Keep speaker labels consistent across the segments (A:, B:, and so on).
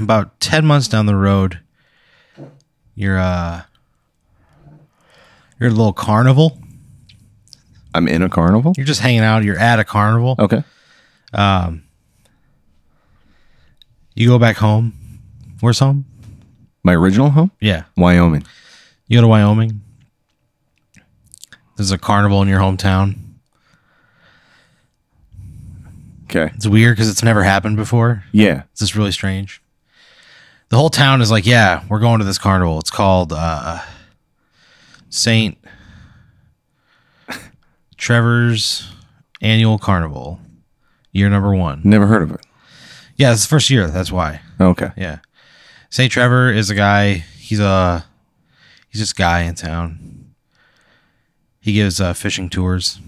A: about 10 months down the road, you're, uh, you're at a little carnival.
B: I'm in a carnival.
A: You're just hanging out. You're at a carnival.
B: Okay.
A: You go back home. Where's home?
B: My original home,
A: Yeah.
B: Wyoming.
A: You go to Wyoming. There's a carnival in your hometown.
B: Okay.
A: It's weird because it's never happened before.
B: Yeah.
A: It's just really strange. The whole town is like, yeah, we're going to this carnival. It's called uh, Saint Trevor's Annual Carnival, year number one.
B: Never heard of it.
A: Yeah, it's the first year. That's why.
B: Okay.
A: Yeah. St. Trevor is a guy. He's a he's just a guy in town. He gives uh, fishing tours,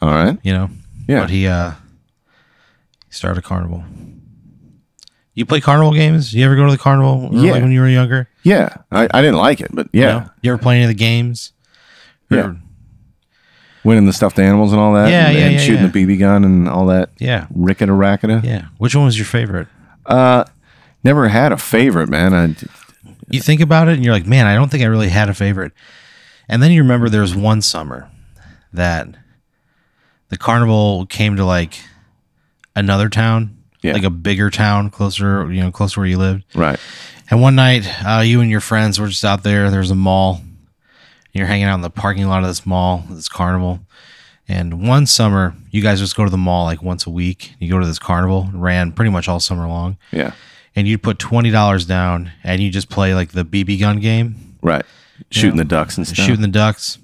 B: All right.
A: you know.
B: Yeah.
A: But he uh he started a carnival. You play carnival games? You ever go to the carnival? Or,
B: Yeah.
A: Like when you were younger?
B: Yeah. I, I didn't like it, but yeah.
A: No? You ever play any of the games?
B: Yeah.
A: Or-
B: Winning the stuffed animals and all that.
A: Yeah,
B: and,
A: yeah,
B: and
A: yeah,
B: shooting
A: yeah.
B: the BB gun and all that.
A: yeah.
B: Rickety racketa.
A: Yeah. Which one was your favorite?
B: Uh, never had a favorite, man. I,
A: you think about it and you're like, man, I don't think I really had a favorite. And then you remember there was one summer that the carnival came to like another town,
B: Yeah.
A: like a bigger town closer, you know, close to where you lived.
B: right.
A: And one night, uh, you and your friends were just out there. There's a mall. And you're hanging out in the parking lot of this mall, this carnival. And one summer, you guys just go to the mall like once a week. You go to this carnival, ran pretty much all summer long
B: Yeah.
A: and you'd put twenty dollars down, and you just play like the BB gun game,
B: Right. Shooting the ducks and stuff.
A: shooting the ducks,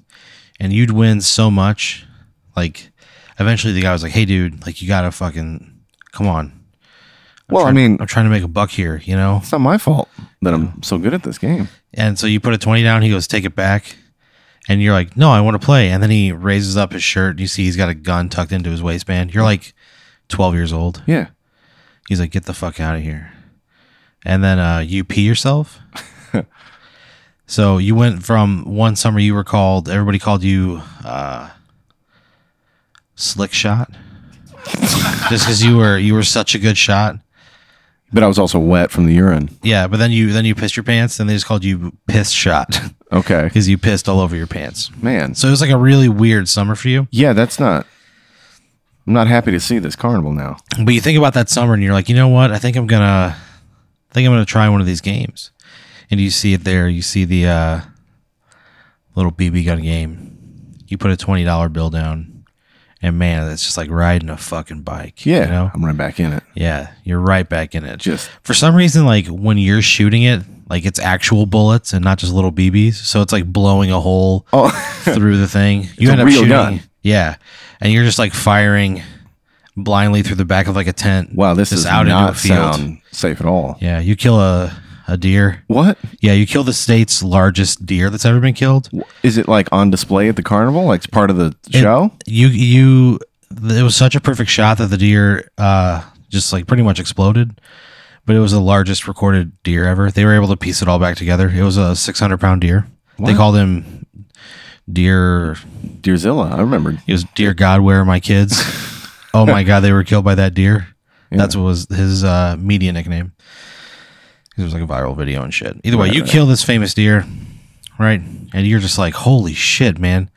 A: and you'd win so much. Like, eventually, the guy was like, "Hey, dude, like you gotta fucking come on."
B: well, I
A: Try-
B: mean,
A: I'm trying to make a buck here, you know.
B: it's not my fault that I'm so good at this game.
A: And so you put a twenty down. He goes, "Take it back," and you're like, "No, I want to play." And then he raises up his shirt, and you see he's got a gun tucked into his waistband. You're like twelve years old.
B: Yeah.
A: He's like, get the fuck out of here. And then uh, you pee yourself. so you went from one summer you were called, everybody called you uh, Slick Shot. Just because you were you were such a good shot,
B: But I was also wet from the urine.
A: yeah. But then you then you pissed your pants, and they just called you piss shot
B: Okay.
A: because you pissed all over your pants.
B: Man.
A: So it was like a really weird summer for you.
B: Yeah, that's not. I'm not happy to see this carnival now.
A: But you think about that summer and you're like, you know what? I think I'm gonna I think I'm gonna try one of these games. And you see it there, you see the uh, little BB gun game. You put a twenty dollar bill down and man, that's just like riding a fucking bike.
B: Yeah,
A: You know?
B: I'm right back in it.
A: Yeah. You're right back in it.
B: Just
A: For some reason, like when you're shooting it, like it's actual bullets and not just little BBs. So it's like blowing a hole
B: oh,
A: through the thing. You
B: a
A: end up
B: real
A: shooting.
B: gun.
A: Yeah. And you're just like firing blindly through the back of like a tent.
B: wow, this
A: Just
B: is
A: out into a
B: not
A: field.
B: sound safe at all.
A: Yeah, you kill a a deer.
B: What
A: Yeah, you kill the state's largest deer that's ever been killed.
B: is it like on display at the carnival? Like it's part of the show?
A: You you it was such a perfect shot that the deer uh just like pretty much exploded. But it was the largest recorded deer ever. They were able to piece it all back together. It was a 600 pound deer. They
B: Wow.
A: called him Deer.
B: Deerzilla, I remembered.
A: It was Dear God, where are my kids? oh my God, they were killed by that deer. That's what was his uh, media nickname. 'Cause It was like a viral video and shit. Either way,
B: Right,
A: you
B: right.
A: kill this famous deer, right? And you're just like, holy shit, man.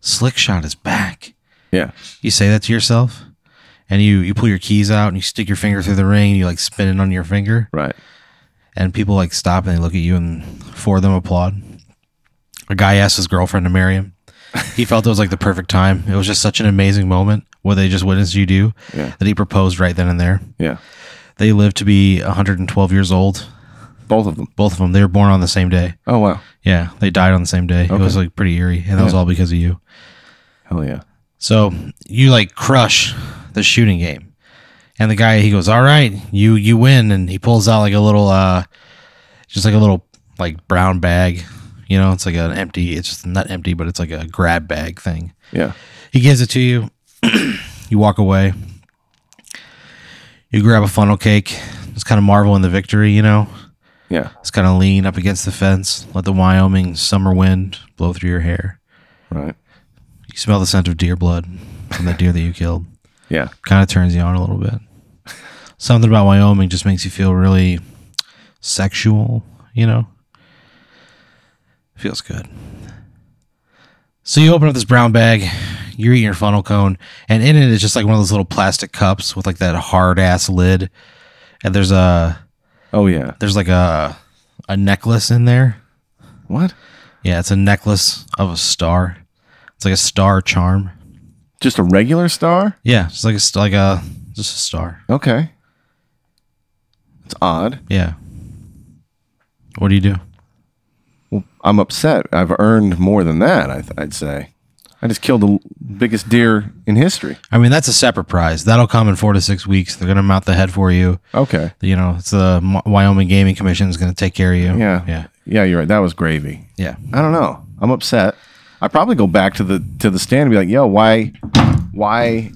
A: Slick shot is back.
B: Yeah,
A: You say that to yourself. And you, you pull your keys out and you stick your finger through the ring and you like spin it on your finger.
B: right.
A: And people like stop and they look at you and four of them applaud. A guy asked his girlfriend to marry him. He felt it was like the perfect time. It was just such an amazing moment what they just witnessed you do
B: Yeah.
A: that he proposed right then and there.
B: Yeah,
A: They lived to be 112 years old.
B: both of them.
A: Both of them. They were born on the same day.
B: Oh wow,
A: Yeah, they died on the same day. It
B: Okay.
A: was like pretty eerie, and that was all because of you.
B: hell yeah.
A: So you like crush the shooting game, and the guy he goes, "All right, you you win," and he pulls out like a little, uh just like a little like brown bag. You know, it's like an empty. It's just not empty, but it's like a grab bag thing.
B: Yeah,
A: He gives it to you. you walk away. You grab a funnel cake. Just kind of marvel in the victory, you know.
B: yeah.
A: Just kind of lean up against the fence, let the Wyoming summer wind blow through your hair.
B: Right.
A: You smell the scent of deer blood from the deer that you killed.
B: Yeah.
A: Kind of turns you on a little bit. something about Wyoming just makes you feel really sexual, you know? Feels good. So you open up this brown bag, you're eating your funnel cone, and in it is just like one of those little plastic cups with like that hard ass lid. And there's a
B: Oh yeah.
A: there's like a a necklace in there.
B: What?
A: Yeah, it's a necklace of a star. It's like a star charm.
B: Just a regular star?
A: Yeah, it's like a st- like a just a star.
B: Okay. It's odd.
A: Yeah. What do you do?
B: Well, I'm upset. I've earned more than that. I th- I'd say. I just killed the l- biggest deer in history.
A: I mean, that's a separate prize. That'll come in four to six weeks. They're gonna mount the head for you.
B: Okay.
A: You know, it's the Mo- Wyoming Gaming Commission is gonna take care of you.
B: Yeah.
A: yeah,
B: Yeah, you're right. That was gravy.
A: yeah.
B: I don't know. I'm upset. I probably go back to the to the stand and be like, "Yo, why, why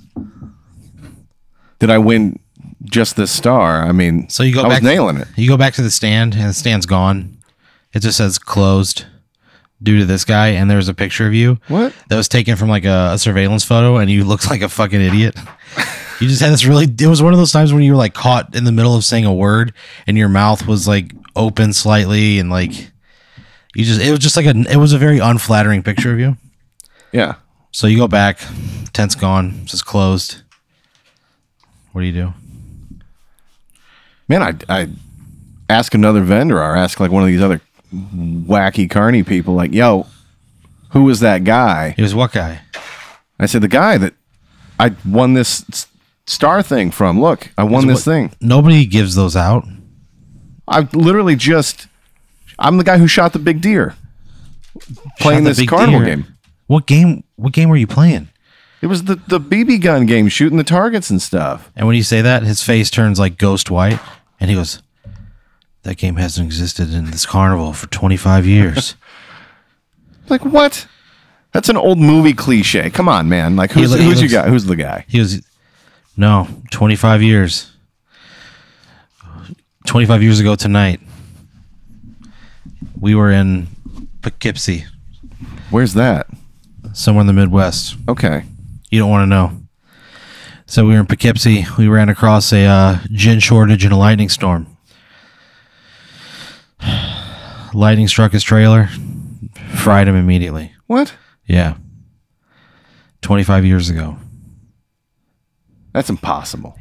B: did I win just this star? I mean,
A: So you go
B: I
A: back
B: was nailing it.
A: You go back to the stand, and the stand's gone. It just says closed due to this guy, and there's a picture of you.
B: What?
A: That was taken from like a, a surveillance photo, and you looked like a fucking idiot. You just had this really. It was one of those times when you were like caught in the middle of saying a word, and your mouth was like open slightly, and like you just. It was just like a. It was a very unflattering picture of you.
B: Yeah,
A: So you go back, tent's gone, it's just closed. What do you do?
B: man. I I ask another vendor or ask like one of these other wacky carny people, like, "Yo, who was that guy?
A: It was what guy?
B: I said the guy that I won this s- star thing from. Look, I won this
A: What-
B: thing.
A: Nobody gives those out.
B: I literally just I'm the guy who shot the big deer playing
A: Shot the
B: this
A: big
B: carnival
A: deer.
B: game.
A: What game? What game were you playing?
B: It was the, the BB gun game, shooting the targets and stuff.
A: And when you say that, his face turns like ghost white, and he goes, "That game hasn't existed in this carnival for 25 years."
B: Like what? That's an old movie cliche. Come on, man. Like who's,
A: lo- he
B: who's your
A: looks-
B: guy? Who's the guy?
A: he was, "No, 25 years. 25 years ago tonight, we were in Poughkeepsie,
B: Where's that?
A: somewhere in the Midwest."
B: Okay.
A: You don't want to know. So we were in Poughkeepsie. We ran across a uh, gin shortage and a lightning storm. Lightning struck his trailer, fried him immediately.
B: What?
A: Yeah. 25 years ago.
B: That's impossible.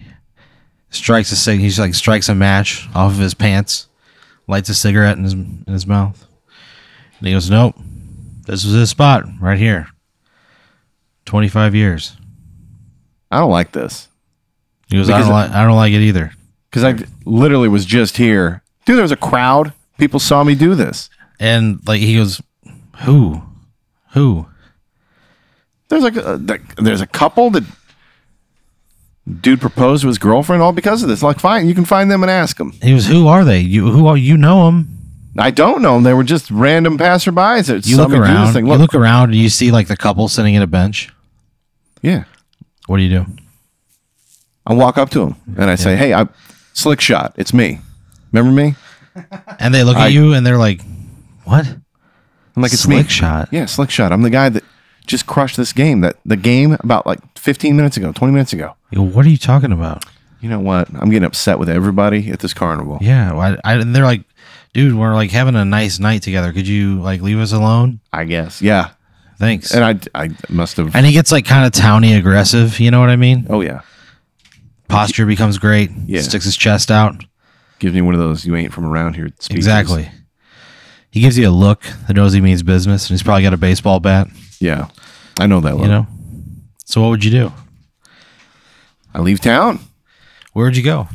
A: Strikes a cig. He's like strikes a match off of his pants, lights a cigarette in his in his mouth, and he goes, "Nope, this was his spot right here. 25 years."
B: I don't like this
A: He goes, "I don't
B: Because-
A: like I don't like it either."
B: because I literally was just here, dude. There was a crowd. People saw me do this.
A: And like he goes, Who? Who?
B: There's like a, like, there's a couple that dude proposed to his girlfriend all because of this. Like, fine, you can find them and ask them.
A: He goes, Who are they? You who are you know them.
B: I don't know. They were just random passerbys. That
A: You
B: saw me
A: look
B: do this
A: around.
B: thing.
A: you look around and you see like the couple sitting at a bench.
B: yeah.
A: What do you do?
B: I walk up to him and I say, "Hey, I slick shot. It's me. Remember me?
A: And they look
B: I-
A: at you and they're like, What?
B: I'm like, it's
A: Slick
B: me.
A: shot.
B: Yeah, slick shot. I'm the guy that just crushed this game. That the game about like 15 minutes ago, 20 minutes ago.
A: You go, what are you talking about?
B: You know what? I'm getting upset with everybody at this carnival.
A: Yeah. why- I, and they're like, Dude, we're like having a nice night together. Could you like leave us alone?
B: I guess. Yeah.
A: Thanks. And,
B: And I, I must have.
A: he gets like kind of towny aggressive. You know what I mean?
B: Oh yeah.
A: Posture becomes great.
B: Yeah.
A: Sticks his chest out.
B: Gives me one of those. You ain't from around here. Speeches.
A: Exactly. He gives you a look that knows he means business, and he's probably got a baseball bat.
B: Yeah. I know that. Look.
A: You know. So what would you do?
B: I leave town.
A: Where would you go?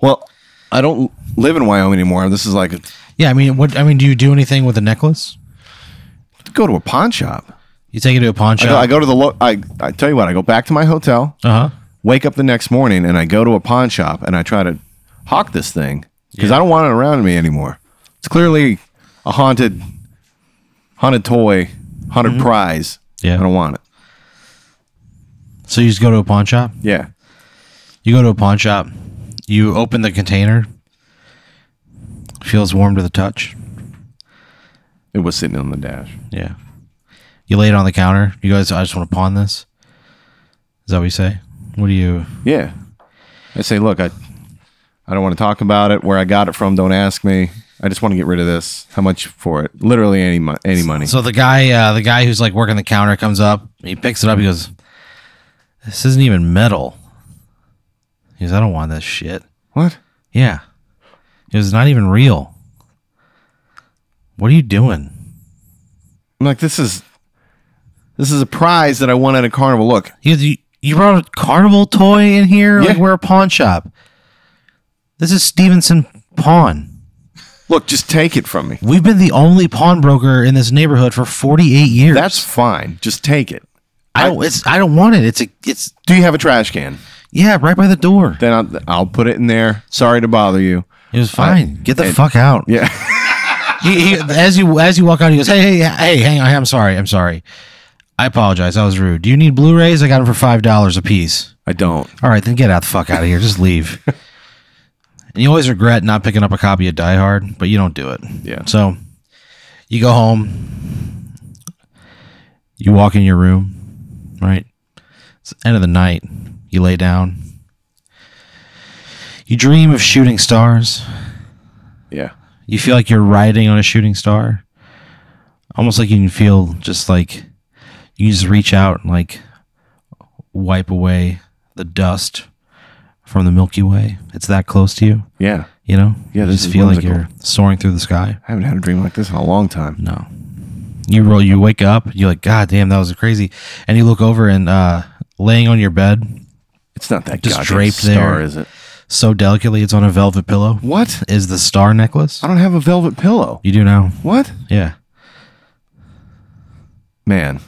B: Well, I don't live in Wyoming anymore. This is like
A: Yeah, I mean, what? I mean, do you do anything with a necklace?
B: go to a pawn shop.
A: You take it to a pawn
B: I go, I
A: shop.
B: go to the. Lo- I I tell you what. I go back to my hotel.
A: Uh huh.
B: wake up the next morning and I go to a pawn shop and I try to hawk this thing because I don't want it around me anymore. It's clearly a haunted, haunted toy, haunted prize.
A: Mm-hmm. Yeah.
B: I don't want it.
A: So you just go to a pawn shop.
B: Yeah,
A: You go to a pawn shop. You open the container. Feels warm to the touch.
B: it was sitting on the dash.
A: Yeah. You lay it on the counter. You guys, I just want to pawn this. Is that what you say? What do you?
B: Yeah, I say, look, I, I don't want to talk about it. Where I got it from, don't ask me. I just want to get rid of this. How much for it? Literally any mo- any money.
A: So the guy, uh, the guy who's like working the counter comes up, he picks it up, he goes, This isn't even metal. He goes, I don't want that shit.
B: What?
A: Yeah. He goes, "It's not even real. What are you doing?
B: I'm like, this is this is a prize that I won at a carnival. Look,
A: He goes, you, you brought a carnival toy in here? Like
B: Yeah.
A: we're a pawn shop. This is Stevenson Pawn.
B: look, just take it from me.
A: We've been the only pawnbroker in this neighborhood for 48 years.
B: That's fine. Just take it.
A: I don't, it's, I don't want it. It's a, it's,
B: Do you have a trash can?
A: yeah, right by the door.
B: Then I'll, I'll put it in there. Sorry to bother you.
A: It was fine. Get the fuck out.
B: Yeah.
A: He, he, as you as you walk out, he goes, "Hey, hey, hey, hang on. I'm sorry. I'm sorry. I apologize. I was rude. Do you need Blu-rays? I got them for five dollars a piece.
B: I don't.
A: All right, then get out the fuck out of here. Just leave." and you always regret not picking up a copy of Die Hard, but you don't do it.
B: Yeah.
A: So you go home. You walk in your room, right? It's the end of the night. You lay down. You dream of shooting stars.
B: Yeah.
A: You feel like you're riding on a shooting star. Almost like you can feel just like you can just reach out and like wipe away the dust from the Milky Way. It's that close to you,
B: Yeah.
A: you know?
B: Yeah,
A: you
B: this
A: just
B: is
A: feel like
B: whimsical.
A: you're soaring through the sky.
B: I haven't had a dream like this in a long time.
A: No. You roll you wake up, you're like, God damn, that was crazy. And you look over and uh laying on your bed
B: It's not that
A: Just
B: goddamn
A: draped
B: star,
A: there.
B: is it?
A: so delicately it's on a velvet pillow.
B: What?
A: Is the star necklace?
B: I don't have a velvet pillow.
A: You do now.
B: What?
A: Yeah.
B: Man,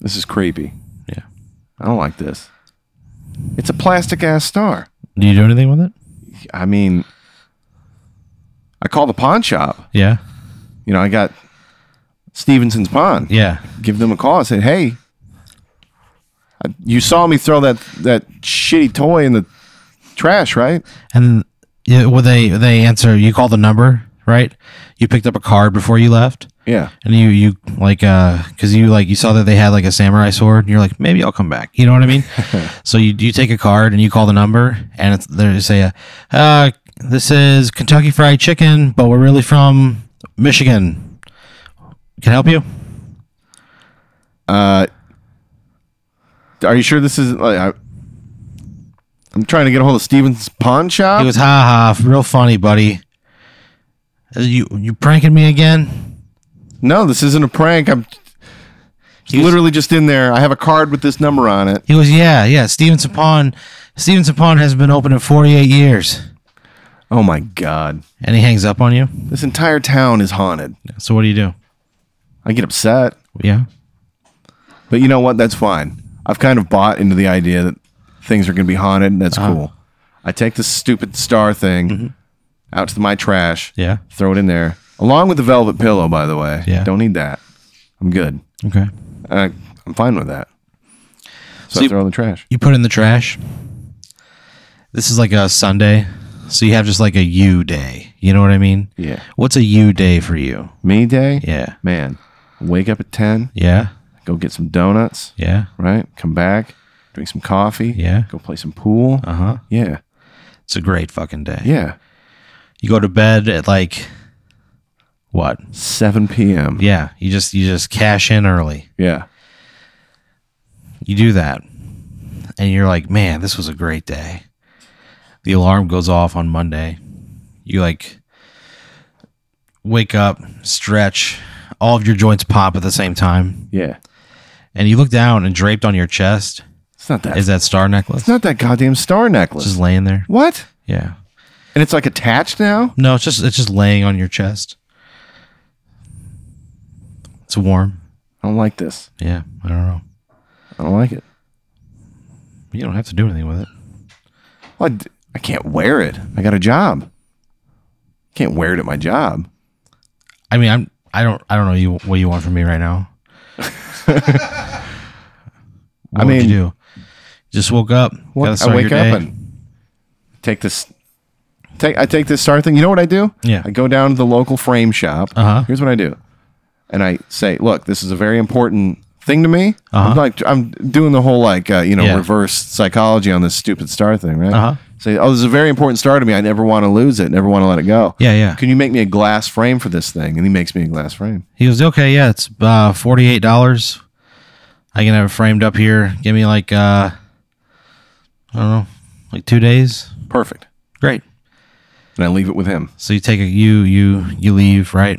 B: this is creepy.
A: Yeah.
B: I don't like this. It's a plastic ass star.
A: Do you do anything with it?
B: I mean, I called the pawn shop.
A: Yeah.
B: You know, I got Stevenson's Pawn.
A: Yeah.
B: Give them a call. I said, hey, I- you saw me throw that, that shitty toy in the trash, right?
A: And yeah, well, they they answer. You call the number, right? You picked up a card before you left,
B: Yeah.
A: and you you like uh, cause you like you saw that they had like a samurai sword, and you're like, maybe I'll come back. You know what I mean? so you you take a card and you call the number, and it's they say, uh, uh, this is Kentucky Fried Chicken, but we're really from Michigan. Can I help you?
B: Are you sure this isn't like I, I'm trying to get a hold of Stevenson's Pawn Shop?
A: He goes, ha ha, real funny, buddy. Uh, You you pranking me again?
B: No, this isn't a prank. I'm literally just in there. I have a card with this number on it.
A: He goes, yeah, yeah. Stevenson Pawn, Stevenson Pawn has been open in 48 years,
B: Oh my god.
A: and he hangs up on you.
B: This entire town is haunted.
A: So what do you do?
B: I get upset.
A: Yeah,
B: But you know what? That's fine. I've kind of bought into the idea that things are going to be haunted, and that's
A: Uh-huh.
B: cool. I take this stupid star thing out to my trash,
A: Mm-hmm. yeah,
B: throw it in there, along with the velvet pillow, by the way.
A: Yeah.
B: Don't need that. I'm good.
A: okay.
B: I, I'm fine with that. So,
A: So
B: I
A: you-
B: throw it in the trash.
A: You put it in the trash. This is like a Sunday, so you have just like a you day. You know what I mean?
B: Yeah.
A: What's a you day for you?
B: Me day?
A: Yeah,
B: Man, wake up at 10,
A: yeah,
B: go get some donuts.
A: yeah.
B: right? Come back, drink some coffee.
A: Yeah.
B: Go play some pool.
A: Uh huh.
B: Yeah.
A: It's a great fucking day.
B: Uh-huh. Yeah.
A: You go to bed at like what?
B: 7 p.m.
A: Yeah, you just you just cash in early.
B: Yeah.
A: you do that and you're like man this was a great day the alarm goes off on monday you like wake up stretch all of your joints pop at the same time
B: Yeah.
A: and you look down and draped on your chest
B: It's not that.
A: is that star necklace
B: it's not that goddamn star necklace.
A: just laying there
B: what?
A: yeah
B: And it's like attached now?
A: no it's just it's just laying on your chest it's warm
B: I don't like this.
A: yeah i don't know
B: I don't like it.
A: you don't have to do anything with it
B: Well, I, d- I can't wear it. I got a job. Can't wear it at my job.
A: i mean i'm i don't i don't know you what you want from me right now
B: I
A: What would you
B: mean,
A: do? Just woke up. gotta
B: what?
A: start
B: I
A: your
B: wake up
A: day.
B: and take this. Take, I take this star thing. You know what I do?
A: Yeah.
B: I go down to the local frame shop.
A: Uh-huh.
B: Here's what I do. And I say, look, this is a very important thing to me. I'm like, I'm doing the whole like, uh, you know,
A: Uh-huh. Yeah.
B: reverse psychology on this stupid star thing, right?
A: Uh-huh.
B: Say, oh, this is very important star to me. I never want to lose it. Never want to let it go.
A: Yeah, yeah.
B: Can you make me a glass frame for this thing? And he makes me a glass frame.
A: He goes, okay, yeah, it's uh, forty eight dollars. I can have it framed up here. Give me like uh, I don't know, like two days.
B: Perfect.
A: Great.
B: And I leave it with him.
A: So you take a you you you leave right.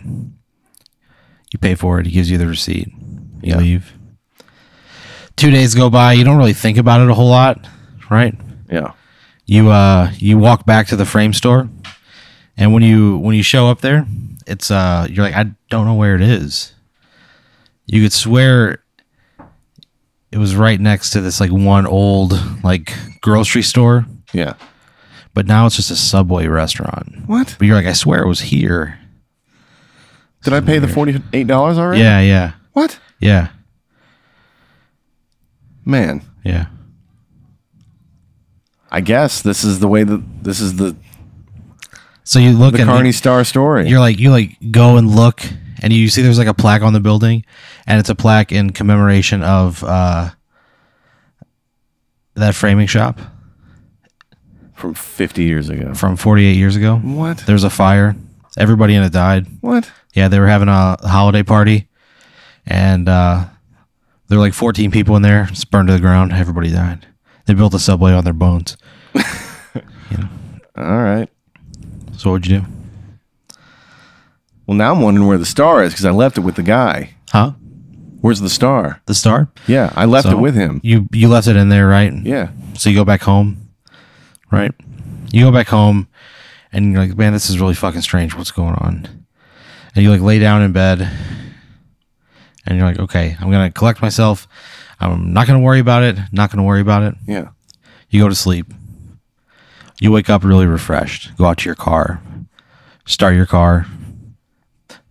A: You pay for it. He gives you the receipt. You
B: Yeah.
A: leave. Two days go by. You don't really think about it a whole lot, right?
B: Yeah.
A: you uh you walk back to the frame store and when you when you show up there it's uh you're like i don't know where it is you could swear it was right next to this like one old like grocery store
B: Yeah.
A: but now it's just a subway restaurant
B: What?
A: but you're like i swear it was here
B: Did I pay the $48 already?
A: yeah yeah
B: What?
A: yeah
B: Man.
A: yeah
B: I guess this is the way that this is the,
A: so you look
B: the
A: and
B: Carney Star story.
A: you're like you like go and look and you see there's like a plaque on the building and it's a plaque in commemoration of uh that framing shop
B: from 50 years ago.
A: from 48 years ago
B: What?
A: there was a fire everybody in it died
B: What?
A: yeah they were having a holiday party and uh there were like 14 people in there it's burned to the ground everybody died they built a subway on their bones
B: All right.
A: so what would you do
B: Well, now I'm wondering where the star is because I left it with the guy.
A: huh
B: Where's the star?
A: the star
B: Yeah, I left
A: So-
B: it with him.
A: you you left it in there right
B: Yeah.
A: So you go back home, right? You go back home, and you're like, man, this is really fucking strange. What's going on? And you like lay down in bed, and you're like, okay, I'm gonna collect myself. I'm not gonna worry about it. Not gonna worry about it.
B: Yeah.
A: You go to sleep. You wake up really refreshed. Go out to your car, start your car,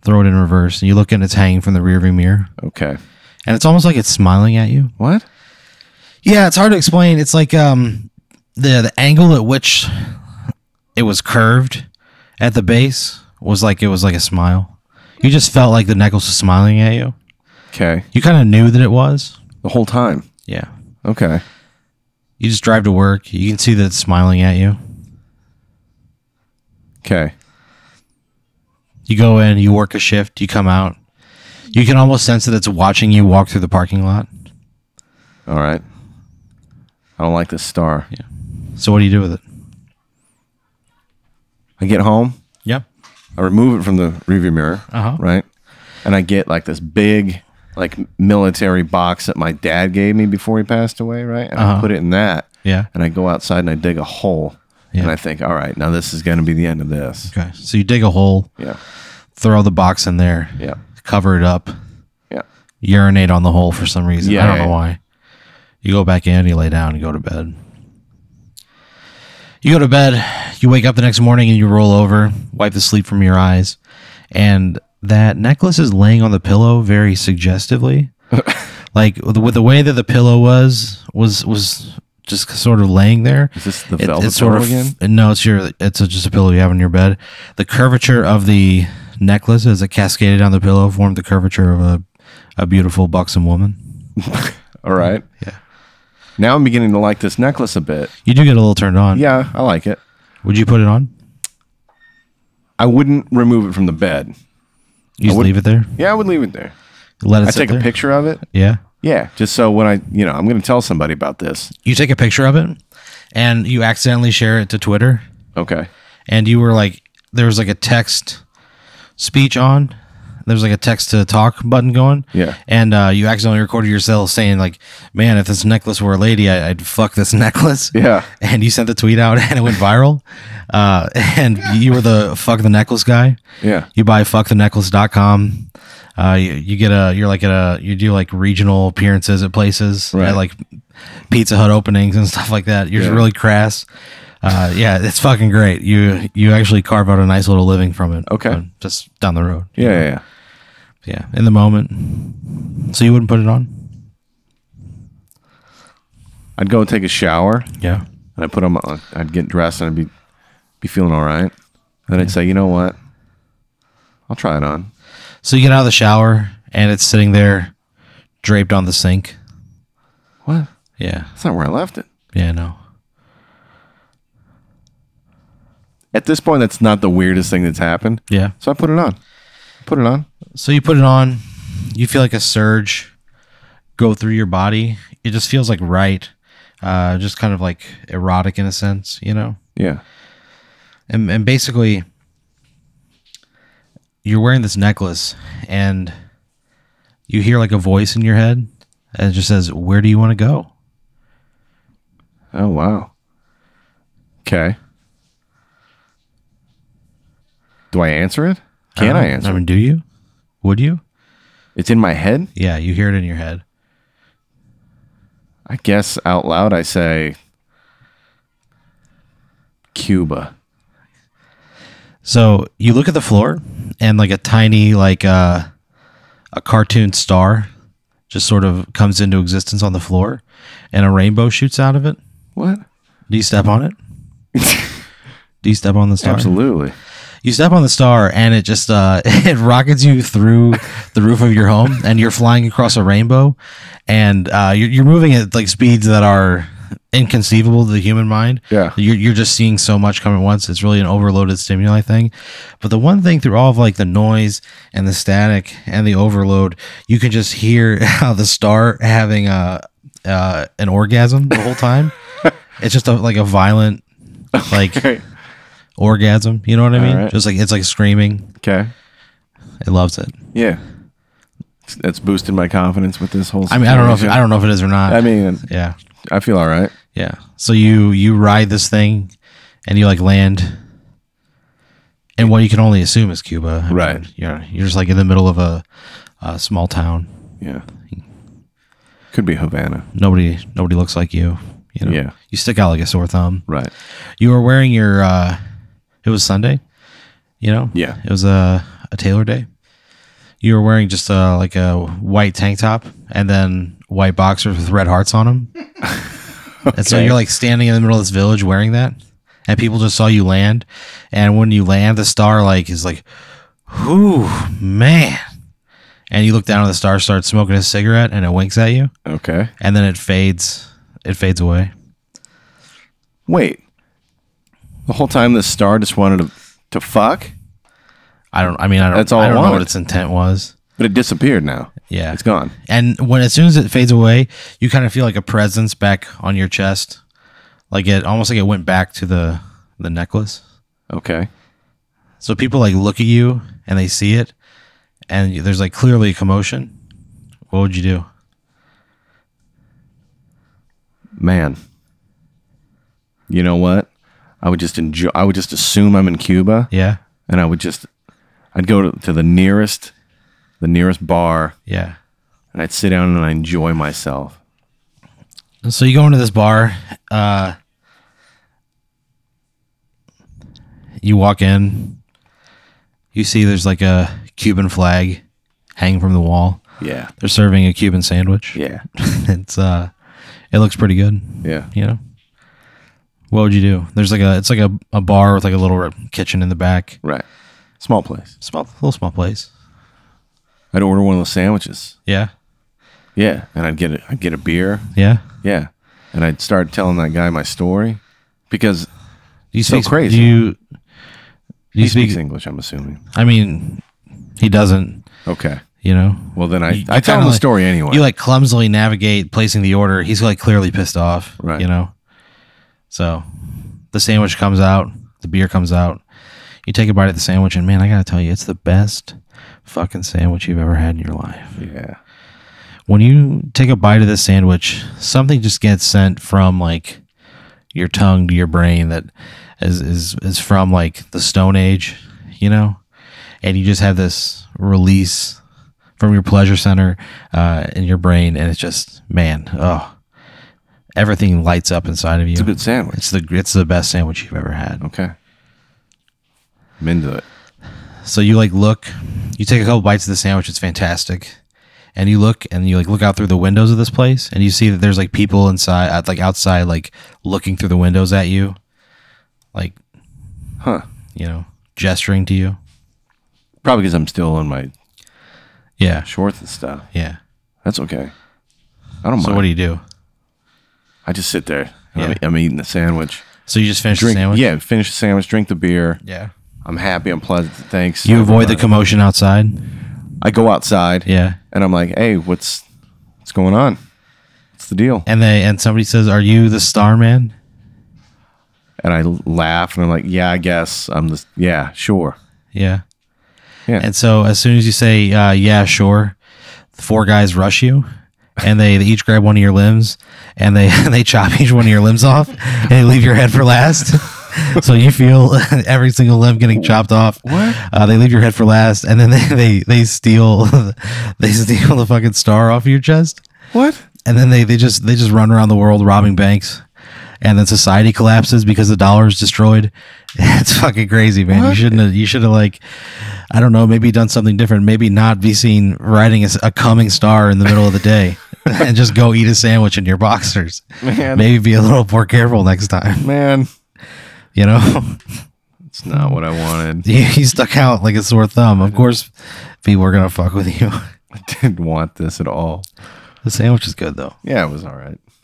A: throw it in reverse, and you look and it's hanging from the rearview mirror,
B: Okay.
A: and it's almost like it's smiling at you.
B: What?
A: Yeah, it's hard to explain. It's like um the the angle at which it was curved at the base was like it was like a smile. You just felt like the necklace was smiling at you.
B: Okay.
A: You kind of knew that it was.
B: The whole time.
A: Yeah.
B: Okay.
A: You just drive to work. You can see that it's smiling at you.
B: Okay.
A: You go in, you work a shift, you come out. You can almost sense that it's watching you walk through the parking lot.
B: All right. I don't like this star.
A: So what do you do with it?
B: I get home.
A: Yeah.
B: I remove it from the rearview mirror.
A: Uh-huh.
B: Right. And I get like this big, like military box that my dad gave me before he passed away. Right. And
A: Uh-huh.
B: I put it in that.
A: Yeah.
B: And I go outside and I dig a hole.
A: Yeah.
B: And I think, all right, now this is going to be the end of this.
A: Okay. So you dig a hole,
B: Yeah.
A: throw the box in there,
B: Yeah.
A: cover it up,
B: Yeah.
A: urinate on the hole for some reason. I don't
B: Yeah.
A: know why. You go back in, you lay down, you go to bed. You go to bed, you wake up the next morning and you roll over, wipe the sleep from your eyes, and that necklace is laying on the pillow very suggestively. like with with the way that the pillow was was was just sort of laying there.
B: Is this the
A: It-
B: velvet
A: it's sort
B: pillow
A: of
B: again?
A: no, it's your it's a, just a pillow you have on your bed. The curvature of the necklace as it cascaded on the pillow formed the curvature of a a beautiful buxom woman.
B: All right.
A: Yeah.
B: Now I'm beginning to like this necklace a bit.
A: You do get a little turned on.
B: Yeah, I like it.
A: Would you put it on?
B: I wouldn't remove it from the bed.
A: You just
B: would-
A: leave it there.
B: Yeah, I would leave it there.
A: Let it
B: I
A: sit
B: take a
A: there?
B: picture of it.
A: Yeah.
B: Yeah, just so when I, you know, I'm going to tell somebody about this.
A: You take a picture of it, and you accidentally share it to Twitter,
B: Okay.
A: and you were like, there was like a text speech on. There was like a text to talk button going.
B: Yeah.
A: And uh, you accidentally recorded yourself saying like, "Man, if this necklace were a lady, I, I'd fuck this necklace."
B: Yeah.
A: and you sent the tweet out and it went viral. Uh, and you were the fuck the necklace guy.
B: Yeah.
A: You buy fuckthenecklace.com. Uh, you, you get a, you're like at a, you do like regional appearances at places,
B: Right.
A: at like Pizza Hut openings and stuff like that. You're just
B: Yeah.
A: really crass. Uh, yeah, it's fucking great. You you actually carve out a nice little living from it.
B: Okay.
A: uh, just down the road.
B: Yeah, yeah, yeah.
A: Yeah, in the moment. So you wouldn't put it on?
B: I'd go and take a shower
A: Yeah.
B: and I put on my, I'd get dressed and I'd be, be feeling all right. And then I'd say, you know what? I'll try it on.
A: So you get out of the shower and it's sitting there, draped on the sink.
B: What?
A: Yeah.
B: That's not where I left it.
A: Yeah, no.
B: at this point, that's not the weirdest thing that's happened.
A: Yeah.
B: So I put it on. Put it on.
A: So you put it on, you feel like a surge go through your body. It just feels like right, uh, just kind of like erotic in a sense, you know.
B: Yeah.
A: And and basically, you're wearing this necklace, and you hear like a voice in your head, and it just says, "Where do you want to go?"
B: Oh wow. Okay. Do I answer it? Can
A: don't-
B: I answer?
A: I
B: it?
A: mean, do you? Would you?
B: It's in my head.
A: Yeah, you hear it in your head.
B: I guess out loud I say Cuba.
A: So you look at the floor, and like a tiny, like uh, a cartoon star, just sort of comes into existence on the floor, and a rainbow shoots out of it.
B: What?
A: Do you step on it? Do you step on the star?
B: Absolutely.
A: You step on the star, and it just uh, it rockets you through the roof of your home, and you're flying across a rainbow, and uh, you're, you're moving at like speeds that are inconceivable to the human mind.
B: Yeah.
A: you're, you're just seeing so much come at once. It's really an overloaded stimuli thing. But the one thing through all of like the noise and the static and the overload, you can just hear how the star having a uh, an orgasm the whole time. it's just a, like a violent like
B: Okay.
A: orgasm. You know what I mean?
B: right.
A: Just like it's like screaming.
B: Okay.
A: It loves it.
B: Yeah. That's boosted my confidence with this whole
A: I mean, I don't know if I
B: situation.
A: don't know if it is or not.
B: I mean,
A: yeah,
B: I feel all right.
A: yeah. So you you ride this thing, and you like land, and what you can only assume is Cuba. I mean,
B: Right.
A: you're you're just like in the middle of a, a small town.
B: Yeah. Could be Havana.
A: Nobody nobody looks like you. You know.
B: Yeah.
A: You stick out like a sore thumb.
B: Right.
A: You were wearing your. uh It was Sunday. You know.
B: Yeah.
A: It was a a Taylor day. You were wearing just a like a white tank top and then white boxers with red hearts on them. And so
B: Okay.
A: you're like standing in the middle of this village wearing that, and people just saw you land. And when you land, the star like is like, "Whoo, man!" And you look down, and the star starts smoking a cigarette, and it winks at you,
B: Okay.
A: and then it fades. It fades away.
B: Wait. The whole time this star just wanted to, to fuck,
A: I don't. I mean, I don't.
B: That's all
A: I
B: it
A: don't know what
B: wanted.
A: its intent was.
B: but it disappeared now.
A: Yeah,
B: It's gone.
A: And when as soon as it fades away, you kind of feel like a presence back on your chest, like it almost like it went back to the the necklace.
B: Okay.
A: So people like look at you and they see it, and you- there's like clearly a commotion. What would you do?
B: Man. You know what? I would just enjoy I would just assume I'm in Cuba
A: Yeah,
B: and I would just I'd go to, to the nearest the nearest bar
A: yeah.
B: and I'd sit down and I enjoy myself.
A: And so you go into this bar. Uh, you walk in. You see there's like a Cuban flag hanging from the wall.
B: Yeah.
A: They're serving a Cuban sandwich.
B: Yeah.
A: it's uh it looks pretty good
B: Yeah.
A: you know what would you do there's like a it's like a, a bar with like a little kitchen in the back
B: Right. Small place.
A: small little small place
B: I'd order one of those sandwiches.
A: yeah
B: Yeah. And I'd get a I'd get a beer.
A: yeah
B: Yeah. And I'd start telling that guy my story. Because
A: do you
B: So
A: speak
B: crazy.
A: do you do you
B: he
A: speak
B: speaks English, I'm assuming.
A: i mean he doesn't
B: Okay.
A: you know
B: Well then I,
A: You-
B: I
A: you
B: tell
A: kinda
B: him the
A: like-
B: story anyway.
A: you like clumsily navigate placing the order he's like clearly pissed off
B: Right.
A: you know so the sandwich comes out the beer comes out you take a bite of the sandwich and man i gotta tell you it's the best fucking sandwich you've ever had in your life
B: yeah.
A: when you take a bite of this sandwich, something just gets sent from like your tongue to your brain that is is is from like the Stone Age, you know, and you just have this release from your pleasure center uh, in your brain, and it's just man, oh, everything lights up inside of you.
B: It's a good sandwich.
A: It's the it's the best sandwich you've ever had.
B: Okay. I'm into it.
A: So you like look, you take a couple bites of the sandwich. It's fantastic, and you look and you like look out through the windows of this place, and you see that there's like people inside, out- like outside, like looking through the windows at you, like
B: Huh.
A: you know, gesturing to you.
B: Probably because I'm still on my
A: Yeah,
B: shorts and stuff.
A: yeah.
B: That's okay. I don't
A: So
B: mind.
A: what do you do?
B: I just sit there. And
A: Yeah.
B: I'm, I'm eating the sandwich.
A: So you just finished
B: Drink,
A: the sandwich?
B: yeah, finish the sandwich, drink the beer.
A: Yeah.
B: I'm happy, I'm pleasant. Thanks.
A: You avoid the commotion outside?
B: I go outside.
A: Yeah.
B: and I'm like, hey, what's what's going on? What's the deal?
A: And they and somebody says, Are you the star man?
B: And I laugh and I'm like, yeah, I guess I'm the yeah, sure.
A: Yeah.
B: Yeah.
A: And so as soon as you say, uh, yeah, sure, the four guys rush you and they, they each grab one of your limbs and they, they chop each one of your limbs off and they leave your head for last. so you feel every single limb getting chopped off.
B: What?
A: Uh, they leave your head for last and then they, they, they steal they steal the fucking star off your chest.
B: What?
A: And then they, they just they just run around the world robbing banks. And then society collapses because the dollar is destroyed. It's fucking crazy, man. You
B: What?
A: shouldn't have you should have like I don't know, maybe done something different. Maybe not be seen riding a, s- a coming star in the middle of the day and just go eat a sandwich in your boxers.
B: Man.
A: Maybe be a little more careful next time.
B: Man,
A: You know,
B: it's not what I wanted.
A: you, you stuck out like a sore thumb. Of course, people are gonna fuck with you.
B: I didn't want this at all.
A: The sandwich is good though.
B: Yeah, it was all right.